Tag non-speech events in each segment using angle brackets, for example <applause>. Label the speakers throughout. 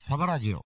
Speaker 1: サバラジオ。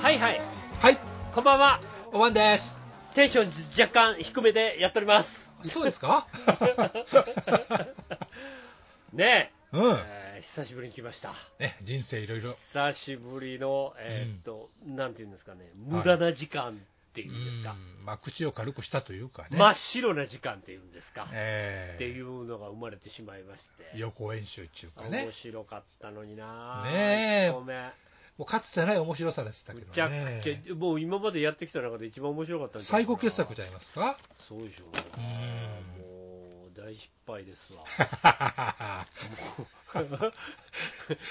Speaker 2: はいはい、
Speaker 3: はい、
Speaker 2: こんばんは。
Speaker 3: おばんです。
Speaker 2: テンションじ若干低めでやってお
Speaker 3: <laughs>
Speaker 2: ります。
Speaker 3: そうです
Speaker 2: <laughs>
Speaker 3: か
Speaker 2: ね
Speaker 3: うん
Speaker 2: え、。えー久しぶりに来ました。
Speaker 3: ね、人生いろいろ。
Speaker 2: 久しぶりの、えーっと、なんていうんですかね、無駄な時間っていうんですか、
Speaker 3: うんまあ、口を軽くしたというかね。
Speaker 2: 真っ白な時間っていうんですか、
Speaker 3: えー
Speaker 2: っていうのが生まれてしまいまして、
Speaker 3: 予行演習っていうかね
Speaker 2: 面。白かったのにな
Speaker 3: ねえ
Speaker 2: ごめん。
Speaker 3: もうかつてない面白さでしたけ
Speaker 2: む
Speaker 3: ど
Speaker 2: ちゃく
Speaker 3: ね。
Speaker 2: ちゃ、もう今までやってきた中で一番面白かったんじゃな
Speaker 3: 最
Speaker 2: いかな
Speaker 3: 後傑作じゃないます
Speaker 2: <laughs>
Speaker 3: か
Speaker 2: そうでしょう、
Speaker 3: うん
Speaker 2: ね、もう大失敗ですわ。 <laughs>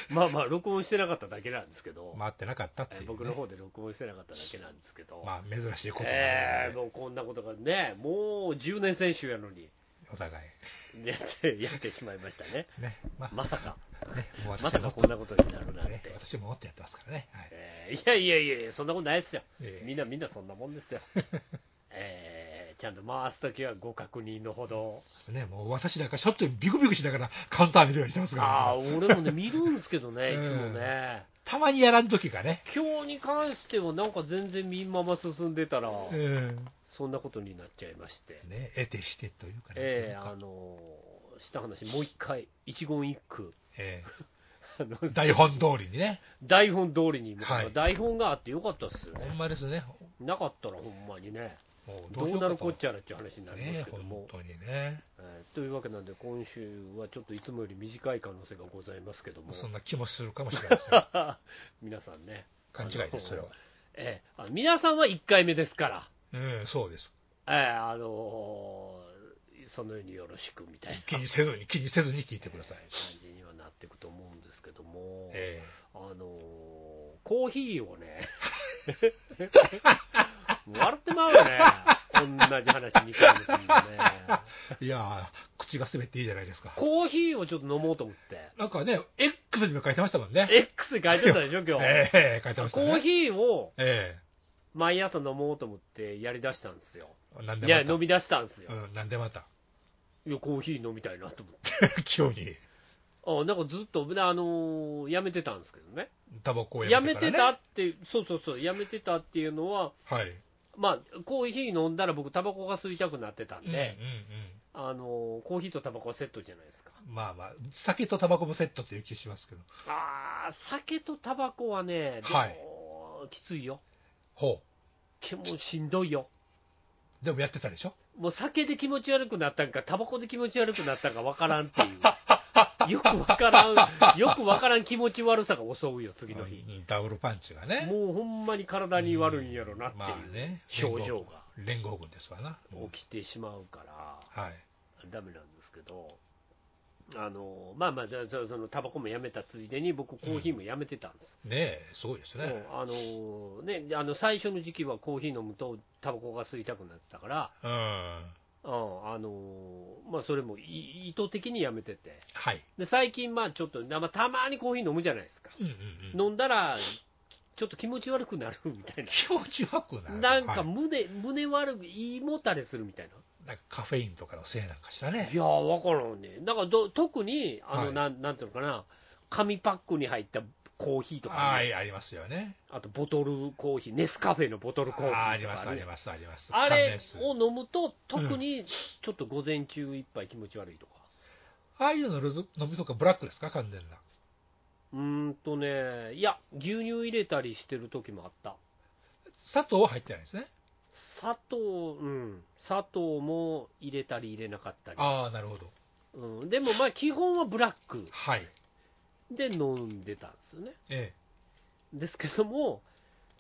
Speaker 2: まあまあ、録音してなかっただけなんですけど、
Speaker 3: 回ってなかったっていう
Speaker 2: え
Speaker 3: ね、
Speaker 2: 僕の方で録音してなかっただけなんですけど、
Speaker 3: まあ、珍しいことなので、
Speaker 2: えーもうこんなことがね、もう10年選手やのに、 <laughs>
Speaker 3: お互い。
Speaker 2: やってやってしまいましたね、
Speaker 3: ね。まあ、
Speaker 2: まさか、
Speaker 3: ね、もう
Speaker 2: まさ
Speaker 3: 私
Speaker 2: か
Speaker 3: もっ
Speaker 2: ことんなことになるなん
Speaker 3: ね
Speaker 2: て、。
Speaker 3: 私ももっとやってますからね。はい。
Speaker 2: えーいやいやいやいや、そんなことないですよ、
Speaker 3: ええ
Speaker 2: みんなみんなそんなも
Speaker 3: <laughs>
Speaker 2: んですよ、えーちゃんと回すときはご確認のほど。
Speaker 3: ね、もう私なんかしょっちゅうビクビクしながらカウンター見るようにしてます
Speaker 2: あ
Speaker 3: か
Speaker 2: あ
Speaker 3: ら、
Speaker 2: ー俺もね、見るんですけどね、いつもね、
Speaker 3: たまにやらん時がね。
Speaker 2: 今日に関しては、なんか全然見んまま進んでたら、
Speaker 3: うん。
Speaker 2: そんなことになっちゃいまして、
Speaker 3: ね、得てしてというかね、
Speaker 2: ええ
Speaker 3: なんか
Speaker 2: あのーした話、もう一回、一言一句、 <laughs>
Speaker 3: え
Speaker 2: あの
Speaker 3: え台本通りにね、
Speaker 2: 台本通りに、
Speaker 3: はい
Speaker 2: 台本があってよかったっすよ
Speaker 3: ほん
Speaker 2: ね、
Speaker 3: まですね、
Speaker 2: なかったらほんまにね、
Speaker 3: もう
Speaker 2: どうなるこっ
Speaker 3: ゃ
Speaker 2: ちゃらっていう話になります
Speaker 3: ね
Speaker 2: け、ども
Speaker 3: 本、当にね、
Speaker 2: えーというわけなんで、今週はちょっといつもより短い可能性がございますけども、
Speaker 3: そんな気もするかもしれません、
Speaker 2: <laughs> 皆さんね、
Speaker 3: 勘違いです、それは。
Speaker 2: ええあ皆さんは1回目ですから。
Speaker 3: うん、そうです、
Speaker 2: ええあのーそのようによろしくみたいな
Speaker 3: 気にせずに、気にせずに聞いてください。
Speaker 2: 感じにはなっていくと思うんですけども、
Speaker 3: え
Speaker 2: あのーコーヒー
Speaker 3: <laughs>
Speaker 2: をね、笑ってまうよね、同じ話2回もするんでね、
Speaker 3: えいやー、口が滑っていいじゃないですか。
Speaker 2: コーヒーをちょっと飲もうと思って、
Speaker 3: なんかね、X にも書いてましたもんね。
Speaker 2: X に書いてたでしょ、今日、
Speaker 3: ええ書いてました
Speaker 2: コ
Speaker 3: ね。
Speaker 2: ーヒーを
Speaker 3: え
Speaker 2: 毎朝飲もうと思ってやりだしたんですよ、
Speaker 3: えなん
Speaker 2: いや、
Speaker 3: でま
Speaker 2: 飲み出したんです
Speaker 3: た。
Speaker 2: よ、
Speaker 3: うん、なんでまた。 <laughs>
Speaker 2: いや、コーヒー飲みたいなと思って。
Speaker 3: 急に、
Speaker 2: あなんかずっと、あのーやめてたんですけどね、
Speaker 3: タバコを
Speaker 2: や
Speaker 3: や
Speaker 2: め
Speaker 3: め
Speaker 2: て
Speaker 3: て,、
Speaker 2: た
Speaker 3: ね、
Speaker 2: って、そうそうそう、やめてたっていうのは、
Speaker 3: はい。
Speaker 2: まあ、コーヒー飲んだら僕、タバコが吸いたくなってたんで、
Speaker 3: うんうんうん。
Speaker 2: あのコーヒーとタバコはセットじゃないですか。
Speaker 3: まあまあ、酒とタバコもセットっていう気しますけど、
Speaker 2: ああ、酒とタバコはね、でも、
Speaker 3: はい
Speaker 2: きついよ、
Speaker 3: ほ
Speaker 2: けもうしんどいよ、
Speaker 3: う、でもやってたでしょ、
Speaker 2: もう酒で気持ち悪くなったんか、タバコで気持ち悪くなったんか分からんっ
Speaker 3: <laughs>
Speaker 2: ていう、よく分からん、よく分からん気持ち悪さが襲うよ、次の日。
Speaker 3: うんダブルパンチがね、
Speaker 2: もうほんまに体に悪いんやろなって
Speaker 3: まあ
Speaker 2: いう
Speaker 3: ね
Speaker 2: 症状が
Speaker 3: 連合軍ですわな、うん
Speaker 2: 起きてしまうから。
Speaker 3: はい、
Speaker 2: ダメなんですけど、あのまあまあ、じゃあそそのタバコもやめたついでに、僕、コーヒーもやめてたんです、
Speaker 3: ねえ、すごいですね、
Speaker 2: もうあのね、あの最初の時期はコーヒー飲むと、タバコが吸いたくなってたから、
Speaker 3: うん、
Speaker 2: うんあのまあ、それもい意図的にやめてて、
Speaker 3: はい、
Speaker 2: で最近、まあちょっと、なまあ、たまにコーヒー飲むじゃないですか、
Speaker 3: うんうんうん、
Speaker 2: 飲んだら、ちょっと気持ち悪くなるみたいな。
Speaker 3: 気持ち悪くなる、
Speaker 2: なんか
Speaker 3: <laughs> はい
Speaker 2: 胸,、胸悪く、胃もたれするみたいな、
Speaker 3: なんかカフェインとかのせいなんかしたね
Speaker 2: い、やー、わからんね。なんかど特に、あの、
Speaker 3: はい
Speaker 2: なん、なんていうのかな、紙パックに入ったコーヒーとか
Speaker 3: は
Speaker 2: ね、
Speaker 3: い、ありますよね、
Speaker 2: あとボトルコーヒー、ネスカフェのボトルコーヒーと
Speaker 3: あ
Speaker 2: か
Speaker 3: あります、あ
Speaker 2: ね
Speaker 3: ります、あります、
Speaker 2: あ
Speaker 3: 関
Speaker 2: れ
Speaker 3: 連数
Speaker 2: を飲むと、特にちょっと午前中いっぱい気持ち悪いとか。
Speaker 3: ああいうのの飲みとか、ブラックですか、完全な、
Speaker 2: うーんとね、いや、牛乳入れたりしてる時もあった。
Speaker 3: 砂糖は入ってないですね、
Speaker 2: 砂糖、うん、砂糖も入れたり入れなかったり。
Speaker 3: ああ、なるほど、
Speaker 2: うん、でもまあ、基本はブラック
Speaker 3: はい、
Speaker 2: で飲んでたんですよね。
Speaker 3: ええ、
Speaker 2: ですけども、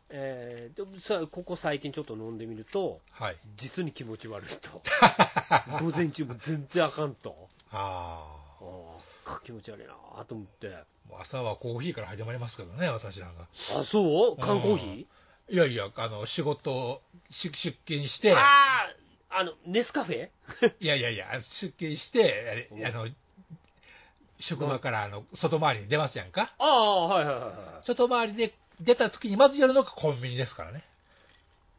Speaker 2: えーでさここ最近ちょっと飲んでみると、
Speaker 3: はい。
Speaker 2: 実に気持ち悪い <laughs> と、午前中も全然あかんと、
Speaker 3: あ
Speaker 2: あーか気持ち悪いなと思って、
Speaker 3: あ。もう朝はコーヒーから始まりますけどね、私なんか。
Speaker 2: あそう缶コーヒ
Speaker 3: いやいや、あの、仕事、し出勤し
Speaker 2: ー、
Speaker 3: て、
Speaker 2: ああ、あのネスカフェ
Speaker 3: いやいやいや、出勤して、あれあの、職場からあの外回りに出ますやんか。
Speaker 2: ああ、はいはいはいは
Speaker 3: 外回りで出た時にまずやるのがコンビニですからね。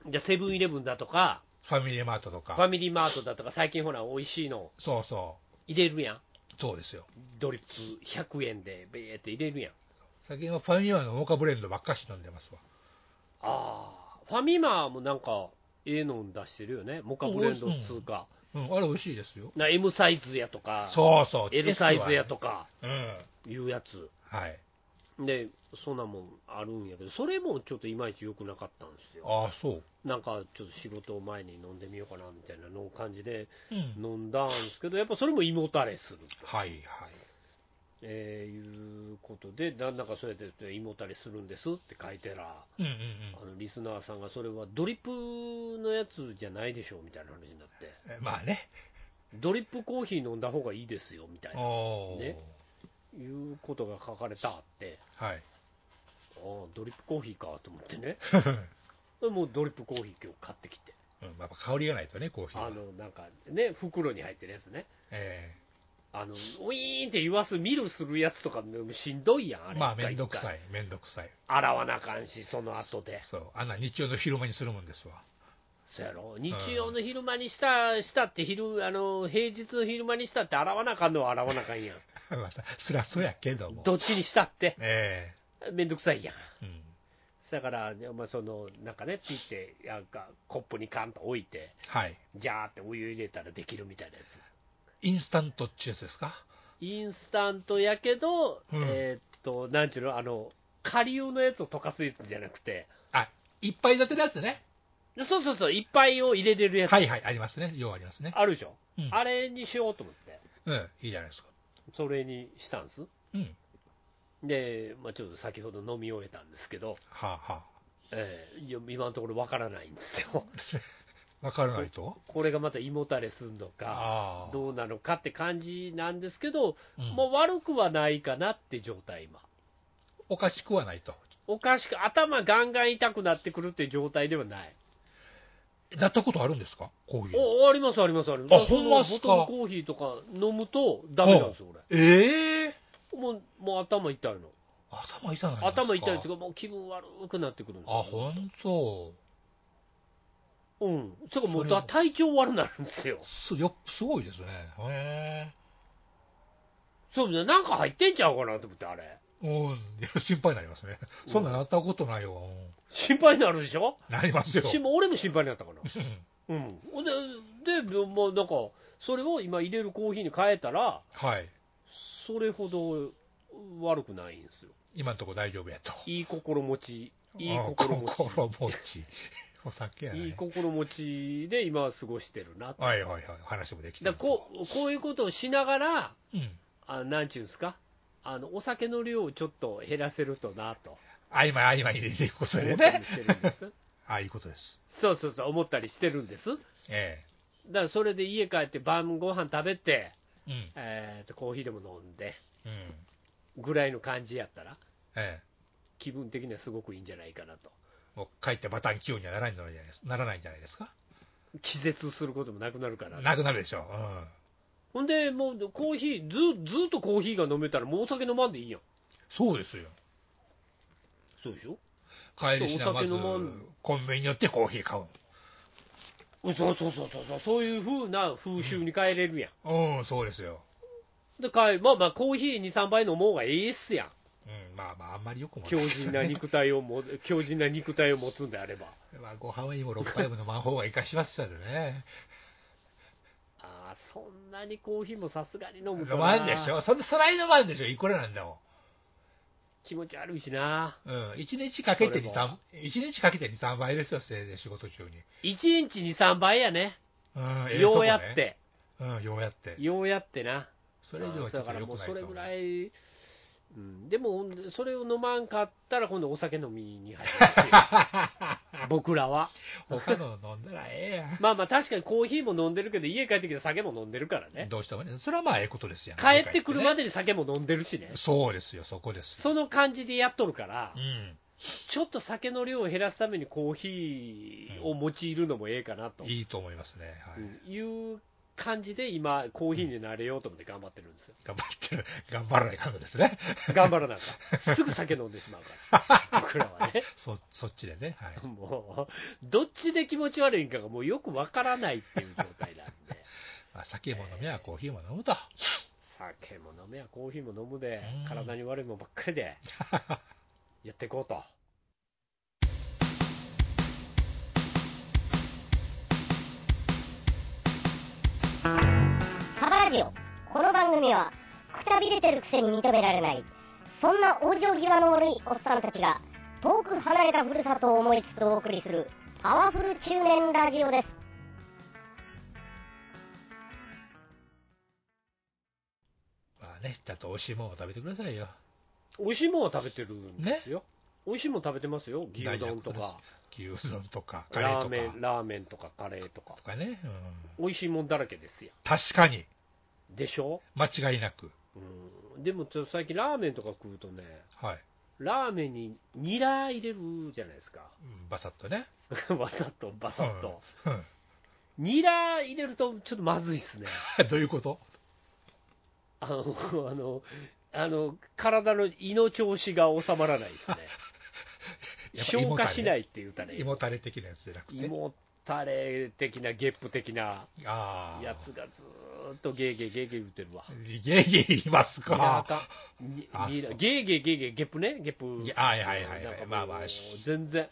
Speaker 2: い。じゃあ、セブンイレブンだとか、
Speaker 3: ファミリーマートと
Speaker 2: フ
Speaker 3: か
Speaker 2: ァ。ミリーマートだとか、最近ほら、美味しいの
Speaker 3: そうそ
Speaker 2: 入れるやん。
Speaker 3: う。そうですよ。
Speaker 2: ドリップ100円で、べーって入れるやん。
Speaker 3: 最近はファミマのモカブレンドばっかし飲んでますわ。
Speaker 2: ああ、ファミマもなんか、ええのん出してるよね。モカブレンド通貨。
Speaker 3: うん、あれ美味しいですよ。
Speaker 2: な M サイズやとか、
Speaker 3: そうそう。
Speaker 2: L サイズやと
Speaker 3: か。
Speaker 2: か
Speaker 3: うん。
Speaker 2: いうやつ。
Speaker 3: はい。
Speaker 2: で、そんなもんあるんやけど、それもちょっといまいち良くなかったんですよ。
Speaker 3: ああ、そう。
Speaker 2: なんか、ちょっと仕事を前に飲んでみようかなみたいなの感じで
Speaker 3: うん。
Speaker 2: 飲んだんですけど、やっぱそれも胃もたれする。
Speaker 3: はいはい。
Speaker 2: えーいうことで、なんだかそうやって胃もたれするんですって書いてら、
Speaker 3: うんうん
Speaker 2: あのリスナーさんがそれはドリップのやつじゃないでしょうみたいな話になって、
Speaker 3: うんえ。まあね。
Speaker 2: ドリップコーヒー飲んだ方がいいですよみたいな
Speaker 3: おお、
Speaker 2: ねいうことが書かれたって、
Speaker 3: はい。
Speaker 2: ああ、ドリップコーヒーかと思っ
Speaker 3: <laughs>
Speaker 2: てね、もうドリップコーヒー今日買ってきて、
Speaker 3: うん、やっぱ香りがないとね、コーヒーは。
Speaker 2: あのなんかね、袋に入ってるやつね。
Speaker 3: え
Speaker 2: あのウィーンって言わす、ミルするやつとかしんどいやん、あ
Speaker 3: え
Speaker 2: れ、
Speaker 3: まあ、めんどく
Speaker 2: 一回
Speaker 3: さい、めんどくさい。
Speaker 2: 一回洗わなあかんし、その後で。
Speaker 3: そう、あんな日曜の昼間にするもんですわ。 <laughs>
Speaker 2: そやろ日曜の昼間にしたしたって昼あの、平日の昼間にしたって、洗わなあかんのは洗わなあかんやん、
Speaker 3: まあさ、そりゃそうやけども。
Speaker 2: どっちにしたって、
Speaker 3: え
Speaker 2: めんどくさいやん。
Speaker 3: えうん。
Speaker 2: だから、まあ、そのなんかね、ピッてなんかコップにカンと置いて、
Speaker 3: はい。
Speaker 2: ジャーってお湯入れたらできるみたいなやつ。
Speaker 3: インスタントっちゅうやつですか
Speaker 2: インスタントやけど、
Speaker 3: うん
Speaker 2: えーっと、なんちゅうの、あの、下流のやつを溶かすやつじゃなくて、
Speaker 3: あ、いっぱい立てのやつね。
Speaker 2: でそうそうそう、いっぱいを入れれるやつ、
Speaker 3: はいはい、ありますね。ようありますね。
Speaker 2: あるでしょ、
Speaker 3: うん
Speaker 2: あれにしようと思って、
Speaker 3: うん、いいじゃないですか。
Speaker 2: それにしたんです。
Speaker 3: うん。
Speaker 2: で、まあ、ちょっと先ほど飲み終えたんですけど、
Speaker 3: はあは
Speaker 2: えーいや今のところわからないんですよ、
Speaker 3: あ。わからないと
Speaker 2: これがまた胃もたれするのか、
Speaker 3: ああ。
Speaker 2: どうなのかって感じなんですけど、
Speaker 3: うん
Speaker 2: もう悪くはないかなって状態、今、
Speaker 3: おかしくはないと。
Speaker 2: おかしく、頭ガンガン痛くなってくるっていう状態ではない、
Speaker 3: なったことあるんですかコーヒー。
Speaker 2: おあります、あります、あります、
Speaker 3: あほんまっすか
Speaker 2: ボトルコーヒーとか飲むとダメなんですよ、俺。
Speaker 3: ええ
Speaker 2: もうもう頭痛いの、
Speaker 3: 頭痛ないんですか
Speaker 2: 頭痛いっていうか、もう気分悪くなってくるんです
Speaker 3: あ、
Speaker 2: よ、
Speaker 3: ほんと。
Speaker 2: うん、それかもう
Speaker 3: それは
Speaker 2: だ体調悪なるんですよ、
Speaker 3: すよすごいですね。へえ。
Speaker 2: そうなんか入ってんちゃうかなと思って、あれ。
Speaker 3: うん、いや心配になりますね。そんななったことないよ。
Speaker 2: 心配になるでしょ
Speaker 3: なりますよ。
Speaker 2: し俺も心配になったかな。
Speaker 3: うん
Speaker 2: うん、ほんで、でもうなんか、それを今入れるコーヒーに変えたら、
Speaker 3: はい。
Speaker 2: それほど悪くないんですよ。
Speaker 3: 今のとこ大丈夫やと。
Speaker 2: いい心持ち、いい
Speaker 3: あ
Speaker 2: 心持
Speaker 3: 心持ち。お酒や
Speaker 2: ち、いい
Speaker 3: ね。
Speaker 2: 心持ちで今は過ごしてるなと。
Speaker 3: はいはいはい。話もできて
Speaker 2: だ
Speaker 3: る
Speaker 2: からこうこういうことをしながら、
Speaker 3: うん。
Speaker 2: あなんちゅうんですか、あのお酒の量をちょっと減らせるとなと
Speaker 3: 合間合間入れていくこと
Speaker 2: 思
Speaker 3: で
Speaker 2: ったり
Speaker 3: ね。
Speaker 2: してるんです。
Speaker 3: ああ、いいことです。
Speaker 2: そうそうそう、思ったりしてるんです。
Speaker 3: え
Speaker 2: だからそれで家帰って晩ご飯食べて、
Speaker 3: え。うん。
Speaker 2: えーとコーヒーでも飲んで
Speaker 3: うん。
Speaker 2: ぐらいの感じやったら
Speaker 3: ええ。
Speaker 2: 気分的にはすごくいいんじゃないかなと
Speaker 3: もう帰ってバタン器用にはならないんじゃないですならないんじゃないですか。
Speaker 2: 気絶することもなくなるから
Speaker 3: なくなるでしょう。うん。
Speaker 2: ほんでもうコーヒーずずっとコーヒーが飲めたらもうお酒飲まんでいいやん
Speaker 3: そうですよ。
Speaker 2: そうでしょ
Speaker 3: 帰りしな
Speaker 2: お
Speaker 3: ま
Speaker 2: 酒
Speaker 3: ず
Speaker 2: 飲まん
Speaker 3: コンビニに寄ってコーヒー買う。
Speaker 2: そうそうそうそうそうそういう風な風習に変えれるやん、
Speaker 3: うん、そうですよ。
Speaker 2: で帰まあまあコーヒー23杯飲もうがええっすやん
Speaker 3: うん、まあまあ、あんまりよくもない
Speaker 2: 強靭な肉体をも <laughs> 強靭な肉体を持つんであれば
Speaker 3: まあ、ご飯にも6杯も飲まん方がいいかしますよね。
Speaker 2: ああそんなにコーヒーもさすがに飲むと
Speaker 3: 飲
Speaker 2: な
Speaker 3: まんでしょ。そんなそない飲まんでしょ。いくらなんだも。
Speaker 2: 気持ち悪いしなん
Speaker 3: うん。1日かけて2、
Speaker 2: それ
Speaker 3: 3、一日かけて2、3杯ですよ、せいぜい仕事中に。
Speaker 2: 1日23杯やね
Speaker 3: うん、ええと
Speaker 2: よ
Speaker 3: こ
Speaker 2: う
Speaker 3: ね
Speaker 2: やっ。て、
Speaker 3: うん、ようやって。
Speaker 2: ようやってな、
Speaker 3: それ以上はちょっ
Speaker 2: だ
Speaker 3: と
Speaker 2: から
Speaker 3: 良く
Speaker 2: もう
Speaker 3: ない
Speaker 2: そ
Speaker 3: と
Speaker 2: れ
Speaker 3: 思う
Speaker 2: ぐらいうん、でも、それを飲まんかったら、今度お酒飲みに入
Speaker 3: <laughs>
Speaker 2: るし僕らは。
Speaker 3: 他の飲んだらえ
Speaker 2: まあまあ、確かにコーヒーも飲んでるけど、家帰ってきて酒も飲んでるから
Speaker 3: えやん。
Speaker 2: ね。
Speaker 3: どうしてもね。それはまあ、ええことですやん。
Speaker 2: 帰ってくるま
Speaker 3: で。
Speaker 2: でに酒も飲んでるしね。
Speaker 3: そうですよ、そこです。
Speaker 2: その感じでやっとるから
Speaker 3: う、ん。
Speaker 2: ちょっと酒の量を減らすためにコーヒーを用いるのもええかなと、
Speaker 3: いいと思いますね。はい。
Speaker 2: うんいう感じで、今、コーヒーに慣れようと思って頑張ってる
Speaker 3: <laughs>
Speaker 2: んですよ。
Speaker 3: 頑張ってる、頑張らないかんのですね。
Speaker 2: 頑張らなあかん。すぐ酒飲んでしまうから、僕らはね。
Speaker 3: そ、そっちでね。はい。
Speaker 2: もう、どっちで気持ち悪いんかがもうよくわからないっていう状態なんで、
Speaker 3: まあ、酒も飲みやコーヒーも飲むと。
Speaker 2: 酒も飲めやコーヒーも飲むで
Speaker 3: うん、
Speaker 2: 体に悪いもんばっかり
Speaker 3: <laughs>
Speaker 2: で、やっていこうと。
Speaker 1: サバラジオこの番組はくたびれてるくせに認められないそんな往生際の悪いおっさんたちが遠く離れたふるさとを思いつつお送りするパワフル中年ラジオです
Speaker 3: まあね、ちゃんと美味しいものを食べてくださいよ。
Speaker 2: 美味しいもんは食べてるんですよ。美味しいもん食べてますよ。牛丼とか、
Speaker 3: 牛丼とか、カレー
Speaker 2: ラ
Speaker 3: と
Speaker 2: ー
Speaker 3: か
Speaker 2: メ。ン、ラーメンとかカレーとか
Speaker 3: と。かね。うん。
Speaker 2: 美味しいもんだらけですよ。
Speaker 3: 確かに、
Speaker 2: でしょ
Speaker 3: 間違いなく。
Speaker 2: うん。でもちょっと最近ラーメンとか食うとね、
Speaker 3: はい。
Speaker 2: ラーメンにニラ入れるじゃないですか。 <laughs>
Speaker 3: うんバサッとね。
Speaker 2: わざと、バサッと。
Speaker 3: うん。 <laughs>
Speaker 2: ニラ入れるとちょっとまずいっすね。
Speaker 3: どういうこと
Speaker 2: あの、あの、あの体の胃の調子が収まらないですね。
Speaker 3: やっぱ胃
Speaker 2: 消
Speaker 3: もたれ
Speaker 2: 化しないって言うたら、
Speaker 3: 胃もたれ的なやつじゃなく
Speaker 2: 胃
Speaker 3: て。
Speaker 2: もたれ的な、ゲップ的な
Speaker 3: ああ。
Speaker 2: やつがずーっとゲーゲーゲーゲー言ってるわ。
Speaker 3: ゲーゲー言います
Speaker 2: ニラあ
Speaker 3: か。
Speaker 2: かんに
Speaker 3: あ
Speaker 2: ニラ
Speaker 3: そう
Speaker 2: ゲーゲーゲーゲーゲップね、ゲップ。
Speaker 3: いやはいはいはいはい
Speaker 2: なんかもう
Speaker 3: まあまあ
Speaker 2: 全然、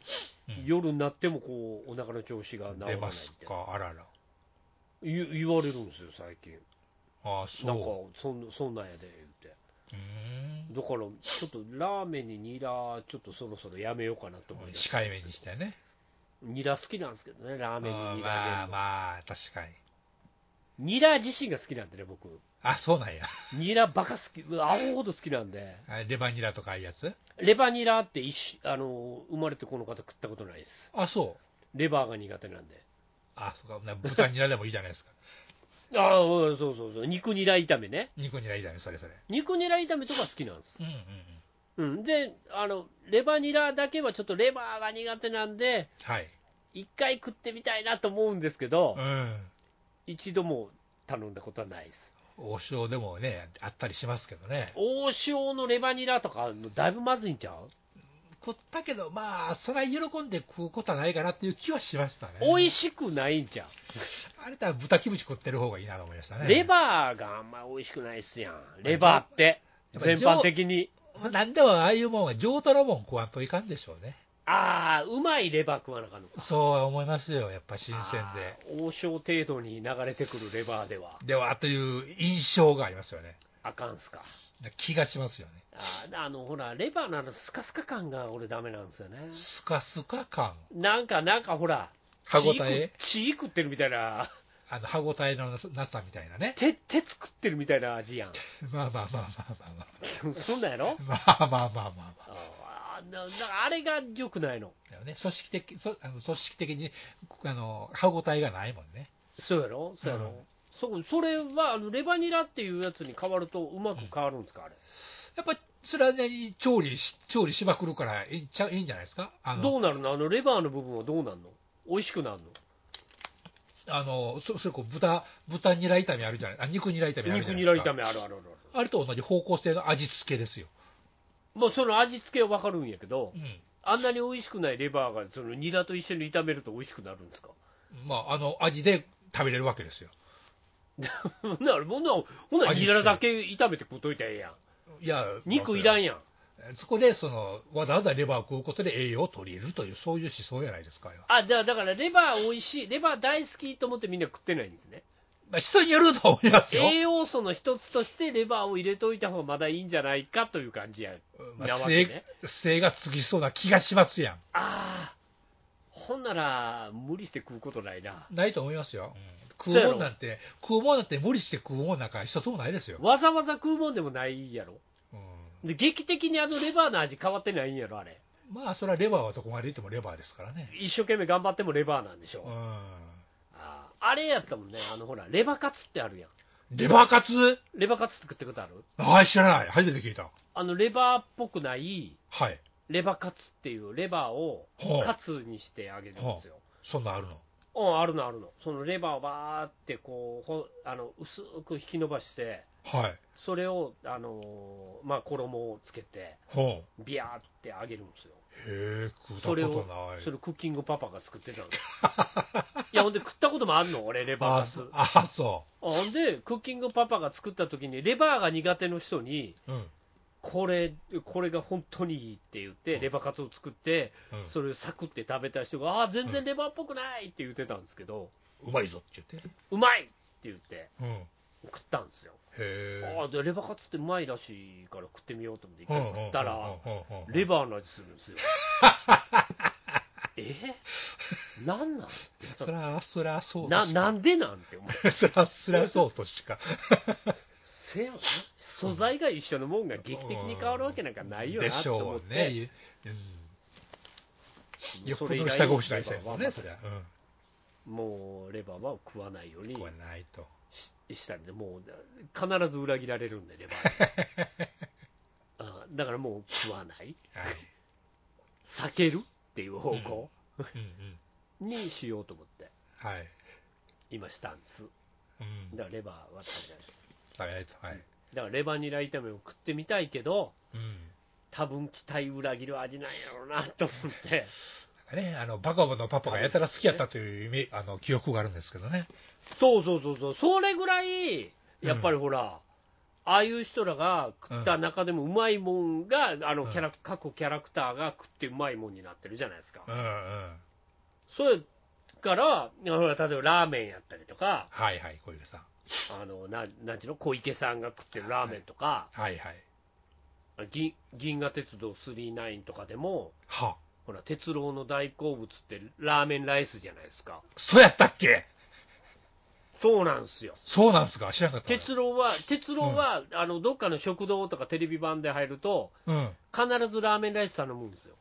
Speaker 3: うん
Speaker 2: 夜になってもこうお腹の調子が治らな
Speaker 3: 出
Speaker 2: いみたい
Speaker 3: ますか。あらら。
Speaker 2: 言言われるんですよ、最近。
Speaker 3: ああ、
Speaker 2: なんか
Speaker 3: そ
Speaker 2: そん、そんなんやで、言って。
Speaker 3: う。うーん。
Speaker 2: だから、ちょっとラーメンにニラ、ちょっとそろそろやめようかなと思います。
Speaker 3: 控えめにしてね。
Speaker 2: ニラ好きなんですけどね、ラーメンに
Speaker 3: うん
Speaker 2: ニラ入れるの、
Speaker 3: まあまあ、確かに。
Speaker 2: ニラ自身が好きなんでね、僕。
Speaker 3: あ、そうなんや。
Speaker 2: ニラバカ好き、アホほど好きなんで。
Speaker 3: あレバニラとかああいうやつ
Speaker 2: レバニラって一種あの、生まれてこの方食ったことないです。
Speaker 3: あ、そう。
Speaker 2: レバーが苦手なんで。
Speaker 3: あ、そうか。な豚ニラでもいいじゃないですか。
Speaker 2: ああ、そうそうそう。肉ニラ炒めね。
Speaker 3: 肉ニラいいじゃない、それそれ。
Speaker 2: 肉ニラ炒めとか好きなんです。
Speaker 3: うんうんうん。
Speaker 2: うん。で、あの、レバニラだけはちょっとレバーが苦手なんで、
Speaker 3: はい。
Speaker 2: 一回食ってみたいなと思うんですけど、
Speaker 3: うん。
Speaker 2: 一度も頼んだことはないです。
Speaker 3: 王将でもね、あったりしますけどね。
Speaker 2: 王将のレバニラとか、だいぶまずいんちゃう、
Speaker 3: 食ったけど、まあ、それは喜んで食うことはないかなっていう気はしましたね。
Speaker 2: 美味しくないんちゃ
Speaker 3: あれだったら豚キムチ食ってる方がいいなと思いました
Speaker 2: う、
Speaker 3: ね。
Speaker 2: レバーがあんま美味しくないっすやん、レバーって、
Speaker 3: やっぱり
Speaker 2: 全般的に。
Speaker 3: なんでもああいうもんは上等なもん食わんといかんでしょうね。
Speaker 2: ああ、うまいレバー食わなあかんのか。
Speaker 3: そうは思いますよ、やっぱ新鮮で
Speaker 2: あ。ー王将程度に流れてくるレバーでは
Speaker 3: ではという印象がありますよね。
Speaker 2: あかんすか。
Speaker 3: 気がしますよね。
Speaker 2: あーあのほら、レバーのあのスカスカ感が俺、ダメなんですよね。
Speaker 3: スカスカ感。
Speaker 2: なんか、なんかほら、
Speaker 3: 歯応
Speaker 2: 血食
Speaker 3: え
Speaker 2: 血食ってるみたいな、 <laughs>
Speaker 3: あの、歯応えのなさなさみたいなね。
Speaker 2: 手鉄食ってるみたいな味やん。 <laughs>
Speaker 3: まあまあまあまあまあまあ。
Speaker 2: そんなんやろ
Speaker 3: まあまあまあまあまあ。
Speaker 2: あーななんかあれが良くないの。
Speaker 3: だよね、組織的、そあの組織的に、あの、歯応えがないもんね。
Speaker 2: そうやろそうや
Speaker 3: う
Speaker 2: ろ、
Speaker 3: ん
Speaker 2: そうそれはあのレバニラっていうやつに変わるとうまく変わるんですかあれ、
Speaker 3: やっぱ、それはね、調理し、調理しまくるからいいんちゃういいんじゃないですかあの、
Speaker 2: どうなるのあのレバーの部分はどうなるの美味しくなる
Speaker 3: あの、そ、それこう、豚、豚ニラ炒めあるじゃない、あ、肉ニラ炒め
Speaker 2: の
Speaker 3: あるじ
Speaker 2: 肉
Speaker 3: ゃないで
Speaker 2: ニ
Speaker 3: すか。
Speaker 2: ラ炒めあるあるあるある
Speaker 3: あれと同じ方向性の味付けですよ。
Speaker 2: もうその味付けは分かるんやけど
Speaker 3: うん。
Speaker 2: あんなに美味しくないレバーがそのニラと一緒に炒めると美味しくなるんですか <laughs>
Speaker 3: まあ、あの、味で食べれるわけですよ。
Speaker 2: なるほんならほんならニラだけ炒めて食っといたらええやん
Speaker 3: いや、
Speaker 2: 肉いらんやん
Speaker 3: そこで、その、わざわざレバーを食うことで栄養を取り入れるという、そういう思想じゃないですか、あれは
Speaker 2: あだだからレバー美味しいレバー大好きと思ってみんな食ってないんですね
Speaker 3: まあ、人によると思いますよ。
Speaker 2: 栄養素の一つとしてレバーを入れといた方がまだいいんじゃないかという感じや
Speaker 3: まあ
Speaker 2: なわけ
Speaker 3: 性
Speaker 2: ね
Speaker 3: 性がつきそうな気がしますや。
Speaker 2: ああほんなら無理して食うことないなん
Speaker 3: ないと思いますよ。
Speaker 2: そう
Speaker 3: 食
Speaker 2: や
Speaker 3: う
Speaker 2: ろ
Speaker 3: もんなんて、食うもんなんて無理して食うもんなんか一つもないですよ。
Speaker 2: わざわざ食うもんでもないやろ
Speaker 3: うん
Speaker 2: で劇的にあのレバーの味変わってないんやろ、あれ。
Speaker 3: まあ、それはレバーはどこまで行ってもレバーですからね。
Speaker 2: 一生懸命頑張ってもレバーなんでしょう。
Speaker 3: う
Speaker 2: あーあれやったもんね、あのほら、レバカツってあるやん。
Speaker 3: ん。レバーカツ
Speaker 2: レバカツって食ってことある
Speaker 3: ああ、知らない。初めて聞いた。
Speaker 2: あのレバーっぽくない
Speaker 3: はい。
Speaker 2: レバカツっていうレバーを
Speaker 3: ほう
Speaker 2: カツにしてあげるんですよ。
Speaker 3: そんなんあるの。
Speaker 2: うん、あるのあるの。そのレバーをバーってこう、ほあの薄く引き伸ばして、
Speaker 3: はい。
Speaker 2: それを、あのーまあ、衣をつけて、
Speaker 3: ほう。
Speaker 2: ビャーって揚げるんですよ。
Speaker 3: へえ、食うたこ
Speaker 2: それ
Speaker 3: と
Speaker 2: を
Speaker 3: な、
Speaker 2: そ
Speaker 3: い。
Speaker 2: れクッキングパパが作ってた
Speaker 3: <laughs>
Speaker 2: の。いや、ほんで食ったこともあんの、俺、レバー
Speaker 3: あ
Speaker 2: カツ。
Speaker 3: ああ、そ
Speaker 2: ほんで、クッキングパパが作った時に、レバーが苦手の人に、
Speaker 3: う。うん。
Speaker 2: これ、これが本当にいいって言って、レバーカツを作って、
Speaker 3: うん
Speaker 2: それをサクって食べた人が、ああー、全然レバーっぽくないって言ってたんですけど、
Speaker 3: うまいぞって言って。
Speaker 2: うまいって言って、
Speaker 3: うん。へ
Speaker 2: 食ったんですよ。あ
Speaker 3: え。
Speaker 2: あ、でレバーカツってうまいらしいから食ってみようと思って、一回食ったら、
Speaker 3: うんうんうんうんうん
Speaker 2: レバーの味するんで
Speaker 3: <laughs>
Speaker 2: すよ。えなんなんって
Speaker 3: そら、そらそうと
Speaker 2: な
Speaker 3: し
Speaker 2: な
Speaker 3: か。
Speaker 2: んでなんて思う。
Speaker 3: <laughs> そら、そらそうとしか。
Speaker 2: せやな素材が一緒のもんが劇的に変わるわけなんかないよな
Speaker 3: で
Speaker 2: って
Speaker 3: し
Speaker 2: 思
Speaker 3: ょ
Speaker 2: っ
Speaker 3: う
Speaker 2: て、
Speaker 3: ね。うんよっぽ
Speaker 2: そ
Speaker 3: ど
Speaker 2: れ以
Speaker 3: の
Speaker 2: 外
Speaker 3: 下ごしないせんもんね、
Speaker 2: レバ
Speaker 3: そり
Speaker 2: ーは
Speaker 3: ゃ。うん。
Speaker 2: もうレバーは食わないように
Speaker 3: これないと。
Speaker 2: ししたんで、もう必ず裏切られるんで、レバー
Speaker 3: <laughs>
Speaker 2: あだからもう食わない、
Speaker 3: はい。
Speaker 2: 避けるっていう方向
Speaker 3: うんうん。
Speaker 2: にしようと思って、
Speaker 3: はい。
Speaker 2: 今したんです。
Speaker 3: うん。
Speaker 2: だからレバーは食べないです。
Speaker 3: 食べないと。はい。
Speaker 2: だからレバニラ炒めを食ってみたいけど、
Speaker 3: うん。
Speaker 2: 多分期待裏切る味なんやろうなと思って、
Speaker 3: ね、あのバカボンのパパがやたら好きやったというイメあの記憶があるんですけどね、
Speaker 2: そうそうそうそう、それぐらい、やっぱりほら、ああいう人らが食った中でもうまいもんが、あのキャラ各キャラクターが食ってうまいもんになってるじゃないですか。
Speaker 3: うんうん、は
Speaker 2: それから、ほら例えばラーメンやったりとか、
Speaker 3: いはい、小池さん、
Speaker 2: あのななんちゅうの、小池さんが食ってるラーメンとか、
Speaker 3: はいはい、
Speaker 2: 銀銀河鉄道999とかでも、
Speaker 3: は
Speaker 2: ほら、鉄郎の大好物ってラーメンライスじゃないですか。
Speaker 3: そうやったっけ、
Speaker 2: そうなんですよ。
Speaker 3: そうなんすか、知らなかったな、
Speaker 2: 鉄郎は、鉄郎は、あの、どっかの食堂とかテレビ版で入ると、
Speaker 3: うん、
Speaker 2: 必ずラーメンライス頼むんですよ。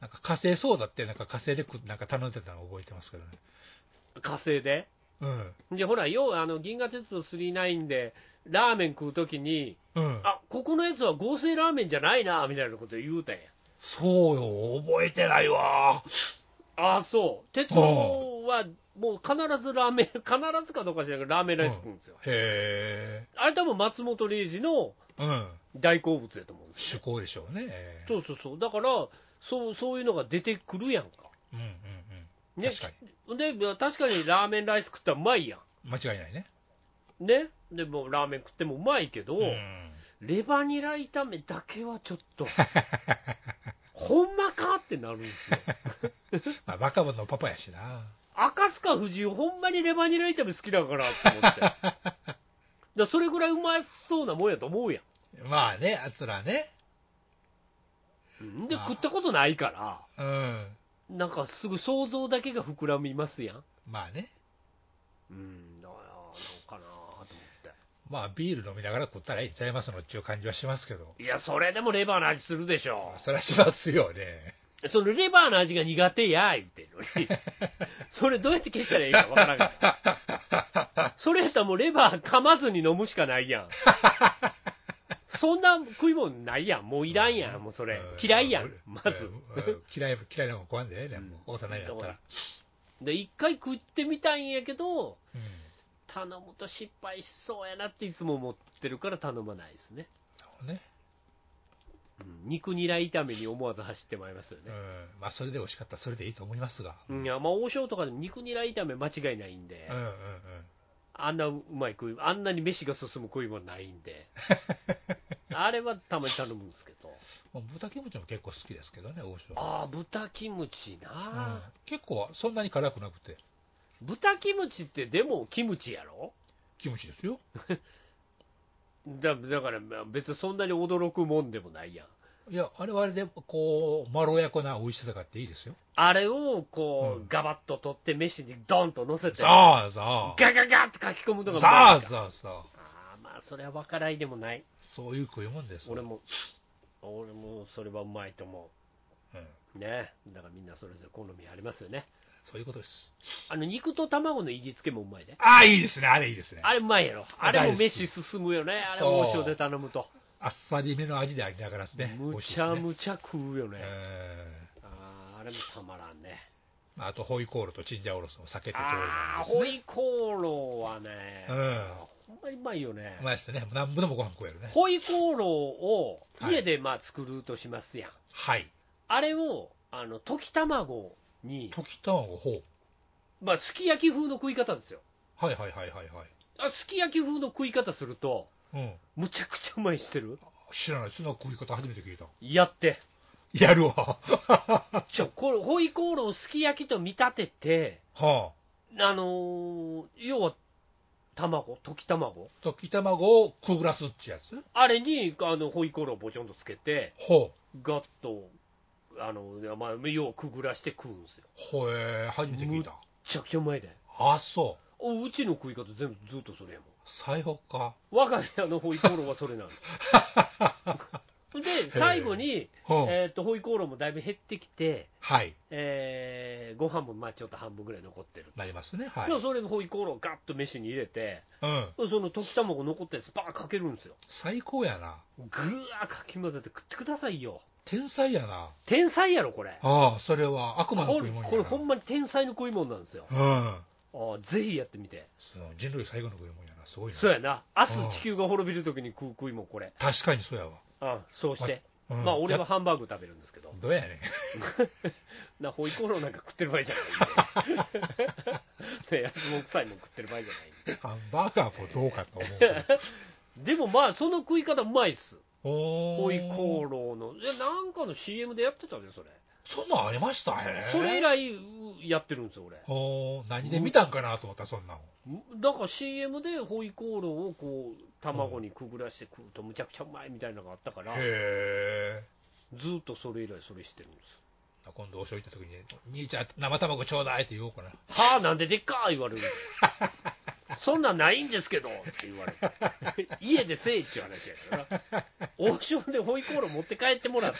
Speaker 3: なんか火星そうだって、なんか火星でなんか頼んでたの覚えてますけどね、
Speaker 2: 火星で。
Speaker 3: うん、
Speaker 2: で、ほら、要は、あの、銀河鉄道999で、ラーメン食うときに、
Speaker 3: うん、
Speaker 2: あ、ここのやつは合成ラーメンじゃないな、みたいなこと言うたんや。
Speaker 3: そうよ、覚えてないわ、
Speaker 2: ああ、そう。鉄郎は、もう必ずラーメン、 <laughs> 必ずかどうか知らないけど、ラーメンライス食うんですよ。
Speaker 3: へ
Speaker 2: あれ多分松本零士の
Speaker 3: え、うん、
Speaker 2: 大好物やと思うんですよ。
Speaker 3: 趣向でしょうね、えー
Speaker 2: そうそうそう、だからそう、そういうのが出てくるやんか。
Speaker 3: うんうん
Speaker 2: ね、
Speaker 3: 確か
Speaker 2: でまあ確かにラーメンライス食ったらうまいや
Speaker 3: うん、間違いないね、
Speaker 2: ん。ね、でもうラーメン食ってもうまいけど、
Speaker 3: うん、
Speaker 2: レバニラ炒めだけはちょっ
Speaker 3: <laughs>
Speaker 2: と、ほんまかってなるんですよ。
Speaker 3: まあ、バカボンのパパやしな、
Speaker 2: 赤塚不二夫、ほんまにレバニラ炒め好きだからと思って。だ
Speaker 3: <laughs>
Speaker 2: からそれぐらいうまそうなもんやと思うやん。
Speaker 3: まあね、あつらね、
Speaker 2: うんで、
Speaker 3: まあ
Speaker 2: 食ったことないから、
Speaker 3: うん、
Speaker 2: なんかすぐ想像だけが膨らみますやん。
Speaker 3: まあね。
Speaker 2: うん、だから、なんかなと思って。
Speaker 3: まあ、ビール飲みながら食ったらいっちゃいますのっていう感じはしますけど、
Speaker 2: いや、それでもレバーの味するでしょ。
Speaker 3: そりゃしますよね。
Speaker 2: そのレバーの味が苦手や、言ってんのに。
Speaker 3: <laughs>
Speaker 2: それどうやって消したらいいかわからんから。それやったらもうレバー噛まずに飲むしかないやん。そんな食い物ないやん。もういらんやん、もうそ
Speaker 3: う
Speaker 2: れ
Speaker 3: ん。
Speaker 2: 嫌いやん
Speaker 3: うん、
Speaker 2: まず。
Speaker 3: うん嫌い、嫌いなもん食わんでええねん、もう大人になったら。
Speaker 2: で、一回食ってみたいんやけど、
Speaker 3: うん
Speaker 2: 頼むと失敗しそうやなっていつも思ってるから頼まないですね。
Speaker 3: なるほどね
Speaker 2: うん肉ニラ炒めに思わず走ってまいりますよ
Speaker 3: う。
Speaker 2: ね
Speaker 3: んまあ、それで美味しかったらそれでいいと思いますが。
Speaker 2: うんいや、まあ、王将とかでも肉ニラ炒め間違いないんで、
Speaker 3: うんうんうん
Speaker 2: あんなうまい食い、あんなに飯が進む食いもないん <laughs> で、あれはたまに頼むんですけど、
Speaker 3: まあ豚キムチも結構好きですけどね、王将。
Speaker 2: ああ、豚キムチ
Speaker 3: うん
Speaker 2: な、
Speaker 3: 結構そんなに辛くなくて、
Speaker 2: 豚キムチってでもキムチやろ
Speaker 3: キムチですよ。
Speaker 2: だだからまあ別にそんなに驚くもんでもないやん。
Speaker 3: いや、あれはあれで、こう、まろやかな美味しさがあっていいですよ。
Speaker 2: あれをこう、
Speaker 3: うん
Speaker 2: ガバッと取って飯にドンと乗せて、
Speaker 3: ザ
Speaker 2: ガ
Speaker 3: ーザー。
Speaker 2: ガガッと書き込むのがうまい
Speaker 3: ザ
Speaker 2: ん
Speaker 3: ー
Speaker 2: か
Speaker 3: ザーザー。
Speaker 2: あーまあそれは分からいでもない。
Speaker 3: そういう食いもんです。
Speaker 2: 俺も俺もそれはうまいと思
Speaker 3: うん、
Speaker 2: う。ね。だからみんなそれぞれ好みありますよね。
Speaker 3: そういうことです。
Speaker 2: あの、肉と卵のいじつけもうまいね。
Speaker 3: ああ、いいですね、あれいいですね。
Speaker 2: あれうまいやろ。あ
Speaker 3: あ
Speaker 2: れも
Speaker 3: 大好き
Speaker 2: 飯進むよね。あれ
Speaker 3: そう
Speaker 2: もお塩で頼むと。
Speaker 3: あっさりめの味でありながらですね。美
Speaker 2: む
Speaker 3: 味しいで
Speaker 2: ち
Speaker 3: す
Speaker 2: ゃ
Speaker 3: ね
Speaker 2: むちゃ食うよね。
Speaker 3: うん
Speaker 2: あーあれもたまらんね。
Speaker 3: まああと、ホイコールとチンジャオロースの酒とと
Speaker 2: ああ、ホイコーローはね、ほんまにうまいよね
Speaker 3: う。まいですね。なんぼでもご飯食えるね。
Speaker 2: ホイコーローを
Speaker 3: はい
Speaker 2: 家でまあ作るとしますやん。
Speaker 3: はい。
Speaker 2: あれを、あの、溶き卵に、
Speaker 3: 溶き卵、ほう。
Speaker 2: まあ、すき焼き風の食い方ですよ。
Speaker 3: はいはいはいはいはい。
Speaker 2: あすき焼き風の食い方すると、
Speaker 3: うん。
Speaker 2: むちゃくちゃうまいしてる
Speaker 3: 知らない。そんな食い方初めて聞いた。
Speaker 2: やって。
Speaker 3: やるわ。は
Speaker 2: ちょ、これ、ホイコーローをすき焼きと見立てて、
Speaker 3: あ。
Speaker 2: あのー要は、卵、溶き卵。
Speaker 3: 溶き卵をくぐらすってやつ
Speaker 2: あれに、あの、ホイコーローをぼちょんとつけて、
Speaker 3: ほう。
Speaker 2: ガッと、あの、まあ、要はくぐらして食うんですよ。
Speaker 3: ほえ、初めて聞いた。
Speaker 2: めちゃくちゃうまいで。
Speaker 3: あ、そう。
Speaker 2: おうちの食い方全部ずっとそれやもん。
Speaker 3: 最北か。
Speaker 2: 我 <laughs> が家のホイコーローはそれな
Speaker 3: <laughs>
Speaker 2: の。で、最後に、
Speaker 3: ほう。
Speaker 2: えー、とホイコーローもだいぶ減ってきて、
Speaker 3: はい。
Speaker 2: えー、ご飯もまあちょっと半分ぐらい残ってる、
Speaker 3: なりますね。はい。
Speaker 2: で
Speaker 3: う
Speaker 2: もそれでホイコーローをガッと飯に入れて、
Speaker 3: ん。
Speaker 2: その溶き卵残ったやつ、バーかけるんですよ、
Speaker 3: 最高やな。
Speaker 2: ぐわーかき混ぜて食ってくださいよ、
Speaker 3: 天才やな。
Speaker 2: 天才やろ、これ、
Speaker 3: ああ、それは悪魔の
Speaker 2: こ
Speaker 3: 食
Speaker 2: れ
Speaker 3: い物やな。
Speaker 2: これほんまに天才の食い物なんですよ、
Speaker 3: うん。
Speaker 2: あーぜひやってみて、
Speaker 3: その人類最後の食い物やな。すごいな。
Speaker 2: そうやな、明
Speaker 3: うん
Speaker 2: 日地球が滅びるときに食う食い物、これ、
Speaker 3: 確かにそうやわ。
Speaker 2: あそうして、
Speaker 3: うん
Speaker 2: まあ俺は
Speaker 3: や
Speaker 2: ハンバーグ食べるんですけど、
Speaker 3: どうや
Speaker 2: <laughs>
Speaker 3: ね
Speaker 2: なホイコーローなんか食ってる場合じゃないんで、
Speaker 3: <laughs>
Speaker 2: ね、安物臭いもん食ってる場合じゃないんで。
Speaker 3: ん。ハンバーガーもどうかと思うけ
Speaker 2: <laughs>
Speaker 3: ど。
Speaker 2: でもまあ、その食い方うまいっす。
Speaker 3: お
Speaker 2: ホイコ
Speaker 3: ー
Speaker 2: ーローの。で、なんかの CM でやってたで、それ。
Speaker 3: そんなんありましたね。
Speaker 2: それ以来うやってるんですよ、俺。
Speaker 3: おー何で見たんかなと思った、そんなん。
Speaker 2: だから CM でホイコーローをこう、卵にくぐらして食うとむちゃくちゃうまいみたいなのがあったから、
Speaker 3: へえ。
Speaker 2: ずっとそれ以来それしてるんです。
Speaker 3: 今度お醤油行った時に、兄ちゃん生卵ちょうだいって言おうかな。
Speaker 2: はあ、なんででっかー言われるのそんなんないんですけどって言われて。家でせえっていう話やからな。王将でホイコーロー持って帰ってもらっ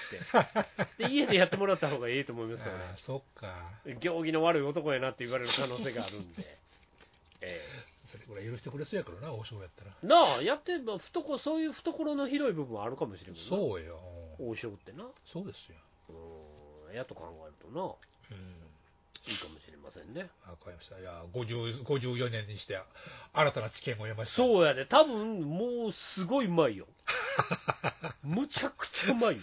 Speaker 2: て。で、家でやってもらった方がいいと思いますよね。
Speaker 3: ああ、そっか。
Speaker 2: 行儀の悪い男やなって言われる可能性があるんで、え
Speaker 3: それぐらい許してくれそうやけどな、お醤油やったら。
Speaker 2: えなあ、やってば懐、そういう懐の広い部分はあるかもしれないな、
Speaker 3: そうよ。
Speaker 2: 王将ってな、
Speaker 3: そうですよ。
Speaker 2: うん、やと考えるとな、
Speaker 3: うん。
Speaker 2: いいかもしれませんね。
Speaker 3: わかりました。いや、50 54年にして、新たな知見を得ました。う。
Speaker 2: そうやで、多分もうすごいうま <laughs> いよ。むちゃくちゃうまいよ、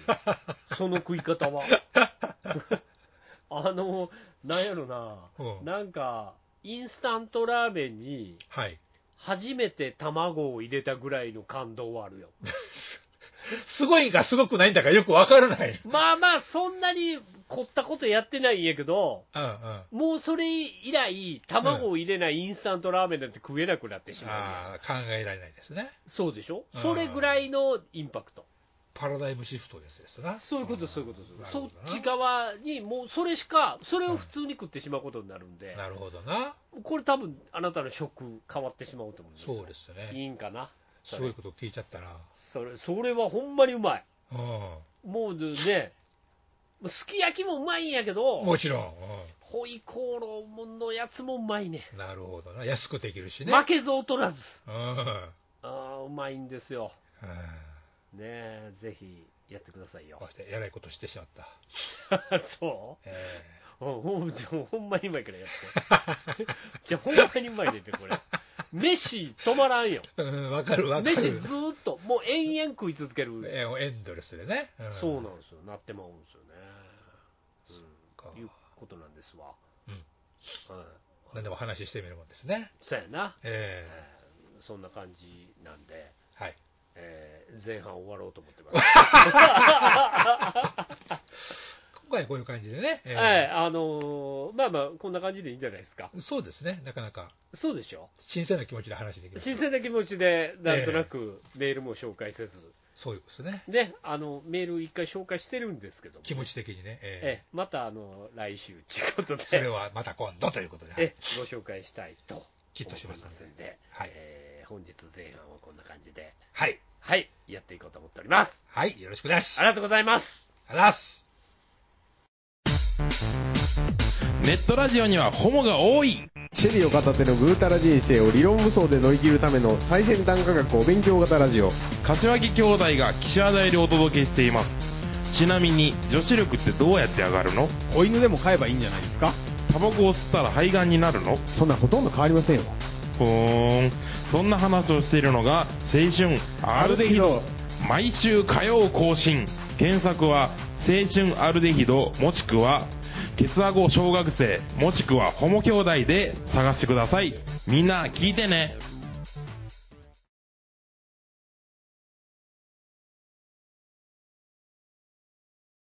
Speaker 2: その食い方は。あの、なんやろな、
Speaker 3: うん
Speaker 2: なんか、インスタントラーメンに
Speaker 3: はい。
Speaker 2: 初めて卵を入れたぐらいの感動はあるよ。
Speaker 3: すごいんかすごくないんだかよくわからない。
Speaker 2: まあまあ、そんなに凝ったことやってないんやけど、
Speaker 3: <laughs> うんうん。
Speaker 2: もうそれ以来、卵を入れないインスタントラーメンなんて食えなくなってしまうやん、
Speaker 3: ああ、考えられないですね。
Speaker 2: そうでしょ、
Speaker 3: うん
Speaker 2: それぐらいのインパクト、
Speaker 3: パラダイムシフトですですな。
Speaker 2: そういうことです、そ
Speaker 3: ん
Speaker 2: ういうことです、
Speaker 3: なる
Speaker 2: そ
Speaker 3: ほ
Speaker 2: っ
Speaker 3: どな
Speaker 2: ち側に、もうそれしか、それを普通に食ってしまうことになるんで、
Speaker 3: なるほどな。
Speaker 2: これ、多分あなたの食、変わってしまうと思うんですよ
Speaker 3: そうです
Speaker 2: い
Speaker 3: ね。
Speaker 2: いんかな、
Speaker 3: すごいこと聞いちゃったな。
Speaker 2: それそれはほんまにうまい、
Speaker 3: う
Speaker 2: もうね、すき焼きもうまいんやけど
Speaker 3: ん。、もちろん。
Speaker 2: ホイコーローのやつもうまいね。
Speaker 3: うん、なるほどな。安くできるしね。
Speaker 2: 負けず劣らず、
Speaker 3: うん。うん
Speaker 2: あーうまいんですよ、ねえ、ぜひやってくださいよ
Speaker 3: こう、して、えらいことしてしまった。
Speaker 2: <laughs> そ
Speaker 3: え
Speaker 2: う、うんほんじゃほんまにうまいからやって、 <laughs> じゃあ、ほんまにうまいねって、これ、飯止まらんよ、
Speaker 3: えうん、わかるわかる。
Speaker 2: 飯ずーっと、もう延々食い続ける、
Speaker 3: ええエンドレスでね。うん
Speaker 2: そうなんですよ、なってまうんですよね、
Speaker 3: か
Speaker 2: うん、いうことなんですわ、
Speaker 3: うん
Speaker 2: はい、
Speaker 3: 何でも話してみるもんですね。
Speaker 2: そうやな、
Speaker 3: え
Speaker 2: えーそんな感じなんで。
Speaker 3: えはい。
Speaker 2: えー前半終わろうと思ってます。
Speaker 3: 今回はこういう感じでね。ええ
Speaker 2: はい、あのーまあまあ、こんな感じでいいんじゃないですか。
Speaker 3: そうですね。なかなか
Speaker 2: そうでしょ
Speaker 3: 新鮮な気持ちで話できる。
Speaker 2: 新鮮な気持ちで、なんとなくメールも紹介せず、
Speaker 3: そういうことですね。
Speaker 2: ね、あの、メール一回紹介してるんですけども、
Speaker 3: 気持ち的にね。ええ
Speaker 2: ええ、また、あの、来週、ちゅうことで、
Speaker 3: それはまた今度ということで。
Speaker 2: ええご紹介したいと思い
Speaker 3: きっとしますの
Speaker 2: ます
Speaker 3: で
Speaker 2: んで、
Speaker 3: はい
Speaker 2: えー本日前半はこんな感じで、
Speaker 3: はい。
Speaker 2: はい、やっていこうと思っております。
Speaker 3: はい、よろしくなし。
Speaker 2: あ
Speaker 3: あ
Speaker 2: り
Speaker 3: ら
Speaker 2: がとうございます。
Speaker 3: す。
Speaker 4: ネットラジオにはホモが多い
Speaker 5: シェリーを片手のぐうたら人生を理論武装で乗り切るための最先端科学お勉強型ラジオ
Speaker 4: 柏木兄弟が岸和田よりお届けしていますちなみに女子力ってどうやって上がるの
Speaker 5: 子犬でも飼えばいいんじゃないですか
Speaker 4: タバコを吸ったら肺がんになるの
Speaker 5: そんなんほとんど変わりませんよ
Speaker 4: ふーんそんな話をしているのが青春アルデヒド毎週火曜更新検索は青春アルデヒドもしくはケツアゴ小学生もしくはホモ兄弟で探してくださいみんな聞いてね